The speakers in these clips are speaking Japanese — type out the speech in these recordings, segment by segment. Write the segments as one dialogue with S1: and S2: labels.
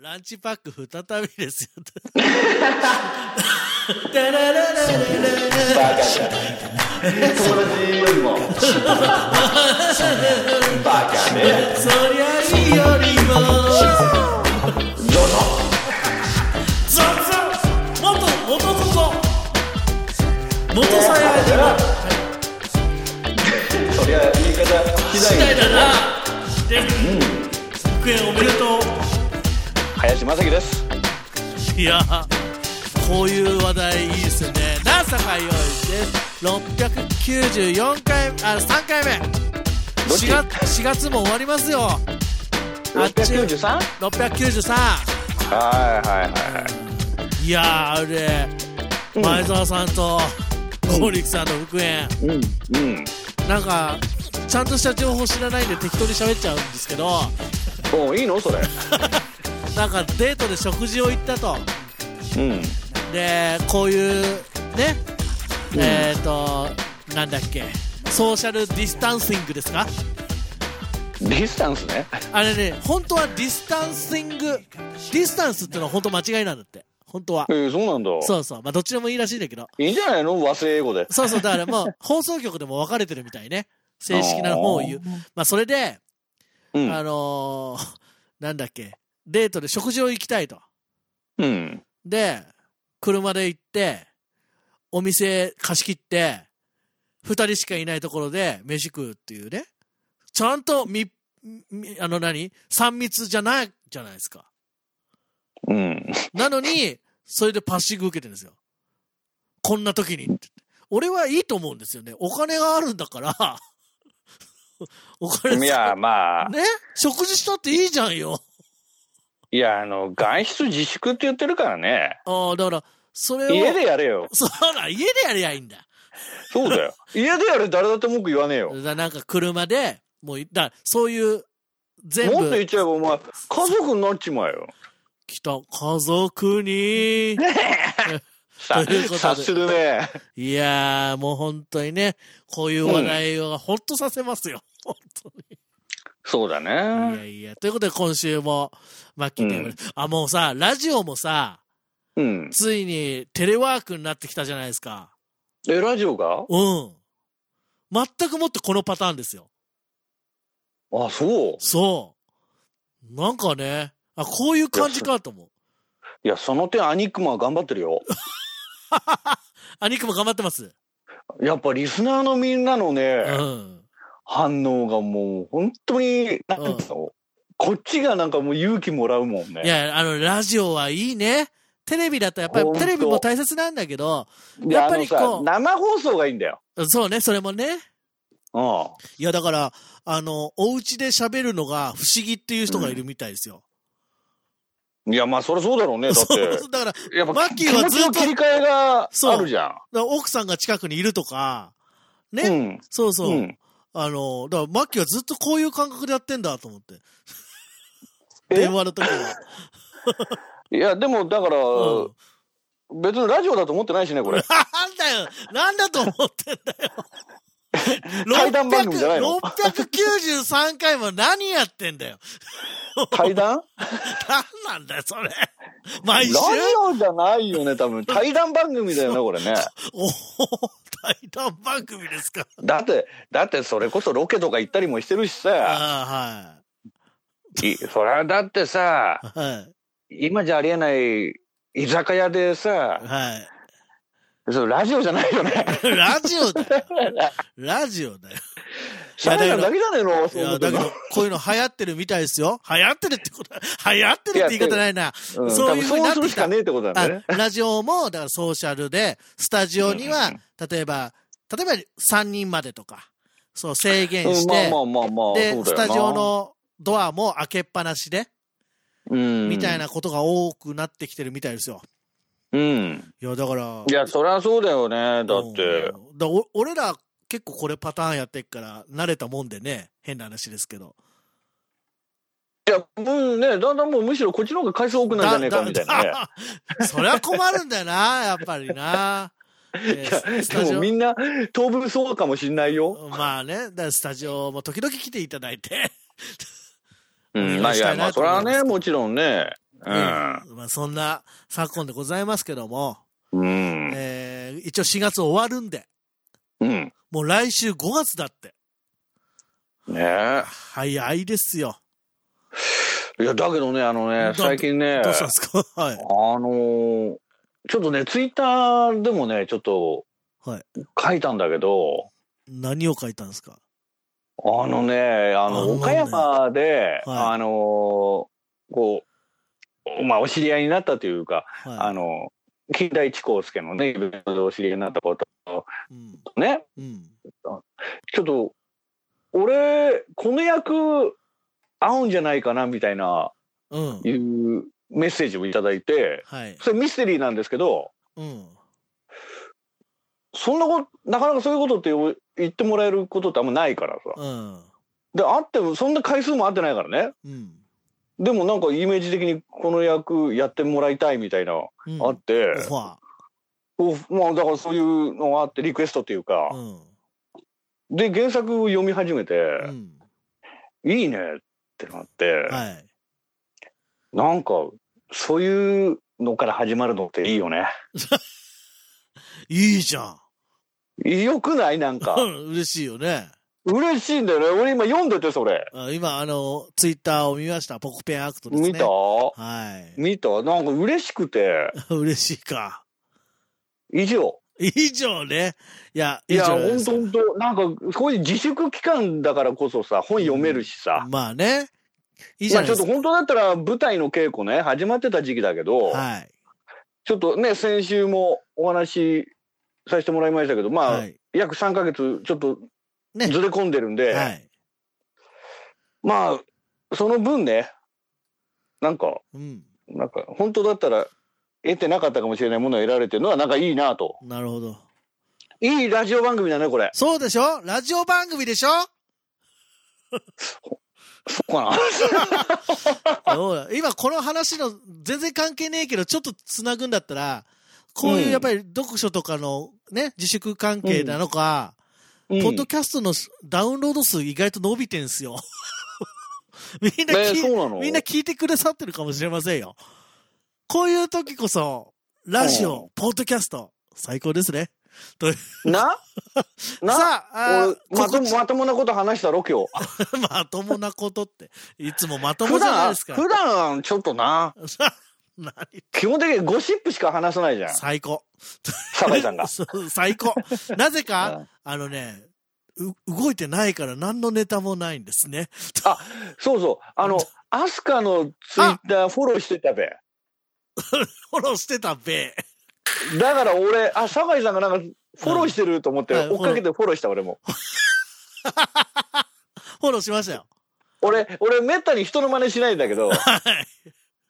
S1: ランチパック再びですよ。ダラララララ
S2: バカじゃない友達よりもバカね
S1: そりゃいいよりも。ゾゾもっと元々元さやじは
S2: そりゃ言い方
S1: 次
S2: 機
S1: 第
S2: 材
S1: だな。で、復縁おめでと
S2: 林正樹です
S1: う。いや、こういう話題いいですよね。何歳か用意です。694回、あ、3回目。
S2: どっち
S1: 4月、4月も終わりますよ。あっちゅう
S2: 693? はい
S1: 693
S2: はいはいはい
S1: やーあれ、
S2: うん
S1: 前澤さんと剛力さんの復縁、
S2: いうんうん
S1: なんかちゃんとした情報知らないんで適当に喋っちゃうんですけど
S2: おいいのそれ
S1: なんかデートで食事を行ったと
S2: うん
S1: でこういうね、えっ、ー、となんだっけソーシャルディスタンシングですか
S2: ディスタンスね
S1: あれね本当はディスタンシングディスタンスってのは本当間違いなんだって本当は
S2: えー、そうなんだ
S1: そうそうまあどっちでもいいらしいんだけど
S2: いいんじゃないの和製英語で
S1: そうそう、だからも う、放送局でも分かれてるみたいね。正式な方を言う。まあ、それで、
S2: うん
S1: あのーなんだっけ、デートで食事を行きたいと。
S2: うん
S1: で、車で行って、お店貸し切って、二人しかいないところで飯食うっていうね。ちゃんとみ、みあの何三密じゃないじゃないですか。
S2: うん
S1: なのに、それでパッシング受けてるんですよ。こんな時に。俺はいいと思うんですよね。お金があるんだから。 お金 使
S2: いやまあ
S1: ね食事したっていいじゃんよ。
S2: いやあの外出自粛って言ってるからね
S1: ああ、だから、それを。
S2: 家でやれよ
S1: そうだ、家でやりゃいいんだ。
S2: そうだ よ家でやれ誰だって文句言わねえよ
S1: だからなんか車で、もうい、だからそういう、全
S2: もっと言
S1: 部
S2: っ、ちゃえばお前家族になっちまえよ
S1: 来た、家族に。
S2: さ
S1: ということで
S2: 察するね
S1: いやー、もう本当にね、こういう話題をほっとさせますよ。本当に。
S2: そうだ
S1: いや
S2: ね
S1: いや、ということで今週も、マッキーテーブルあ、もうさ、ラジオもさ、
S2: うん
S1: ついにテレワークになってきたじゃないですか。
S2: えラジオが
S1: うん。全くもってこのパターンですよ。
S2: あそう
S1: そう。なんかね、あ、こういう感じかと思う。
S2: いやその点アニックマは頑張ってるよ
S1: あ、ニックも頑張ってます。
S2: やっぱリスナーのみんなのね、
S1: うん。
S2: 反応がもう本当になんつうの、こっちがなんかもう勇気もらうもんね
S1: いや、あの、ラジオはいいね。テレビだとやっぱり
S2: ほん、と
S1: テレビも大切なんだけど、
S2: で
S1: やっぱりこう
S2: あのさ生放送がいいんだよ
S1: そうね、それもね。
S2: う
S1: いや、だから、あの、お家で喋るのが不思議っていう人がいるみたいですよ。
S2: んいやまあそりゃそうだろうねだっ
S1: そう、
S2: て
S1: だから、
S2: やっぱ
S1: マッキーはずっと
S2: 気持ちの切り替えが
S1: そう
S2: あるじゃん
S1: だから奥さんが近くにいるとか、ね、
S2: うん
S1: そうそう、
S2: うん
S1: あの、だからマッキーはずっとこういう感覚でやってんだと思って。
S2: え
S1: 電話の時は。
S2: いやでもだから、
S1: うん、
S2: 別にラジオだと思ってない しねこれ
S1: なんだよなんだと思ってん だよ
S2: 対談番組じゃないの
S1: ?693 回も何やってんだよ
S2: 対談
S1: 何なんだよ、それ毎
S2: ラジ
S1: 週
S2: オじゃないよね、多分。対談番組だよね、これね。
S1: おー対談番組ですか
S2: だって、だってそれこそロケとか行ったりもしてるしさ、
S1: あ
S2: いそりゃだってさ
S1: あ、、は
S2: 今じゃありえない居酒屋でさ
S1: い。、はい。
S2: そうラジオじゃないよね。
S1: はい。ラジオだよ。ラジオだよ。
S2: シャレなだけじゃねえの、
S1: い
S2: そう思
S1: や、
S2: っ
S1: だ
S2: てん
S1: け
S2: の
S1: ど、こういうの流行ってるみたいですよ。流行ってるってこと、流行ってるって言い方ないな。
S2: うん
S1: そういう風にな
S2: 多分
S1: ってきた
S2: そうするしかねえってことだ
S1: あ
S2: よね。
S1: ラジオも、だからソーシャルで、スタジオには
S2: うん、
S1: 例えば、例えば3人までとか、そう制限
S2: う
S1: し
S2: ん、まあ
S1: て
S2: ま、あまあまあ、そうだよ
S1: で、
S2: な。
S1: スタジオのドアも開けっぱなしで、
S2: うん、
S1: みたいなことが多くなってきてるみたいですよ。
S2: うん。
S1: いや、だから、
S2: いや、そりゃそうだよね、だって。
S1: うんだお俺ら結構これパターンやってっから、慣れたもんでね、変な話ですけど。
S2: いや、もうね、だんだんもうむしろこっちの方が回数多くなんじゃねえかみたいなね。
S1: だそりゃ困るんだよな、やっぱりな。ねスタ
S2: で
S1: ジ
S2: も
S1: オ
S2: みんな当分そうかもしんないよ。
S1: まあね、だからスタジオも時々来ていただいて。
S2: うんまあいやまあそれは
S1: お願いしたいなと思います
S2: ねもちろんねうん。
S1: まあ、そんな昨今でございますけども、
S2: うん。
S1: えー一応4月終わるんで、
S2: うん。
S1: もう来週5月だって。
S2: ねえ。
S1: 早いですよ。
S2: いや、だけどね、あの
S1: だ
S2: ね、最近ね、
S1: どうしたんですかはい。
S2: あのーちょっとね、ツイッターでもね、ちょっと
S1: はい、
S2: 書いたんだけど、
S1: 何を書いたんですか
S2: あのね、あ
S1: あ
S2: の、
S1: のね
S2: 岡山で、
S1: はい
S2: あのーこう、まあ、お知り合いになったというか、あ
S1: は
S2: の、近代一光介のね、イベントでお知り合いになったこと
S1: い。うん。
S2: ね、
S1: うん。
S2: ちょっと、俺、この役、合うんじゃないかな、みたいな、
S1: うん。
S2: いうメッセージをいただいて、
S1: はい。
S2: それミステリーなんですけど、
S1: うん。
S2: そんなこと、なかなかそういうことってお言ってもらえることってあんまないからさ。
S1: うん。
S2: で、あっても、そんな回数もあってないからね。
S1: うん。
S2: でもなんかイメージ的にこの役やってもらいたいみたいな、
S1: うん
S2: あって、
S1: オファ
S2: おまあだからそういうのがあって、リクエストっていう
S1: ー。
S2: か、
S1: うん。
S2: で、原作を読み始めて、
S1: うん。
S2: いいねってなって、
S1: はい。
S2: なんか、そういうのから始まるのっていいよね。
S1: いいじゃん。
S2: よくないなんか
S1: う。ん嬉しいよね。
S2: 嬉しいんだよね。俺今読んでて、それ。
S1: あ今、あの、ツイッターを見ました。ポコペンアクトですね。
S2: 見た
S1: はい。
S2: 見たなんか嬉しくて、
S1: 嬉しいか。
S2: 以上。
S1: 以上ね。いや、
S2: い
S1: 以
S2: や、
S1: 上
S2: ほ
S1: で
S2: ん
S1: す
S2: とほんと、なんか、こういう自粛期間だからこそさ、本読めるしさ。
S1: まあね。いいじ
S2: ま
S1: ゃ
S2: あ
S1: ない
S2: ち
S1: で
S2: ょっと
S1: す
S2: 本当だったら舞台の稽古ね、始まってた時期だけど、
S1: か。はい。
S2: ちょっとね、先週もお話しさせてもらいましたけど、まあ、
S1: はい。
S2: 約3ヶ月ちょっと
S1: ね
S2: ずれ込んでるんで、
S1: はい。
S2: まあ、その分ね、なんか、
S1: うん。
S2: なんか、本当だったら得てなかったかもしれないものを得られてるのは、なんかいいなと。
S1: なるほど。
S2: いいラジオ番組だね、これ。
S1: そうでしょラジオ番組でしょ
S2: そうかな。
S1: どうだ今この話の全然関係ねえけど、ちょっとつなぐんだったら、こういううんやっぱり読書とかのね、自粛関係なのか、
S2: うん
S1: ポッドキャストのダウンロード数意外と伸びてんすよ。 みんな
S2: ね
S1: 聞い、
S2: そうなの
S1: みんな聞いてくださってるかもしれませんよ。こういう時こそ、ラジ
S2: う
S1: オ、ポッドキャスト、最高ですね。
S2: なな
S1: さあ、あー
S2: 俺まと
S1: 告
S2: も
S1: 知
S2: まともなこと話したろ今日
S1: まともなことって、いつもまとも
S2: 普
S1: じゃない
S2: 段
S1: ですか。
S2: 普段ちょっとな
S1: 何
S2: 基本的にゴシップしか話さないじゃん
S1: 最高。
S2: 酒井さんが
S1: そう最高。なぜか、
S2: うん
S1: あのね、う動いてないから何のネタもないんですね。
S2: そうそうあのアスカのツイッターフォローしてたべ
S1: フォローしてたべ。
S2: だから俺あ酒井さんがなんかフォローしてると思って
S1: うんはい
S2: 追っかけてフォローした俺も
S1: フォローしましたよ。
S2: 俺俺めったに人の真似しないんだけど
S1: はい。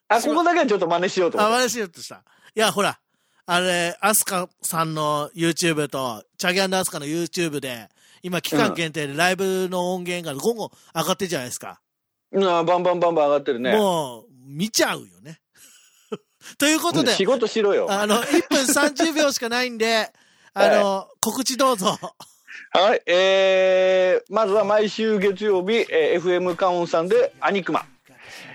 S2: あここだけはちょっと真似しようと
S1: あ、
S2: 思っ
S1: 話しようとした。いや、ほら、あれ、アスカさんの YouTube と、チャギアンドアスカの YouTube で、今期間限定でライブの音源が午後上がってるじゃないですか。
S2: てうんあバンバンバンバン上がってるね
S1: もう、見ちゃうよね。 ということで、
S2: 仕事しろよは
S1: あの、1分30秒しかないんで、あ の、告知どうぞ。
S2: いえー、まずは毎週月曜日、えー FM カオンさんで「アニクマ」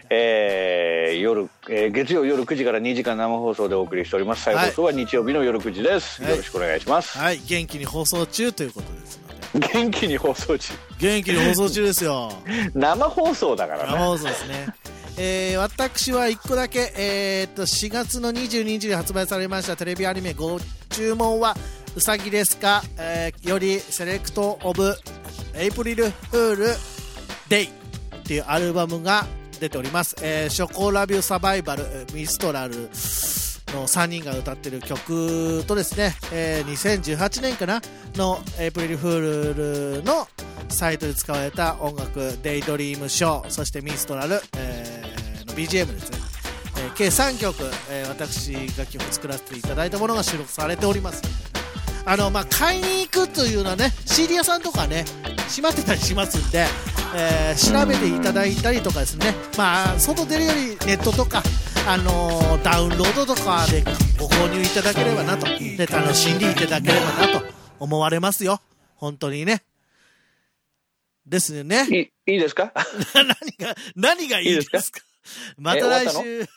S2: えー夜、えー月曜夜9時から2時間生放送でお送りしております。再
S1: はい
S2: 放送は日曜日の夜9時です。
S1: はい
S2: よろしくお願いします。
S1: はい、元気に放送中ということですので。
S2: 元気に放送中。
S1: 元気に放送中ですよ。
S2: 生放送だから
S1: 生
S2: ね。
S1: 放送ですね。えー、私は1個だけ、えーっと、4月の22日に発売されましたテレビアニメご注文は、うさぎですか、えーよりセレクトオブエイプリルフールデイっていうアルバムが出ております。えー、ショコラビューサバイバル、えーミストラルの3人が歌ってる曲とですね、えー2018年かなのエイプリルフールのサイトで使われた音楽「デイドリームショー」そして「ミストラル」えーの BGM ですね、えー計3曲、えー私が曲作らせていただいたものが収録されておりますあのまあ買いに行くというのはね CD 屋さんとかね閉まってたりしますんで、えー調べていただいたりとかですねまあ外出るよりネットとかあのーダウンロードとかでご購入いただければなとで楽しんでいただければなと思われますよ本当にねですよね
S2: いいいですか
S1: 何が、何がいいですかまた来
S2: え終
S1: 週。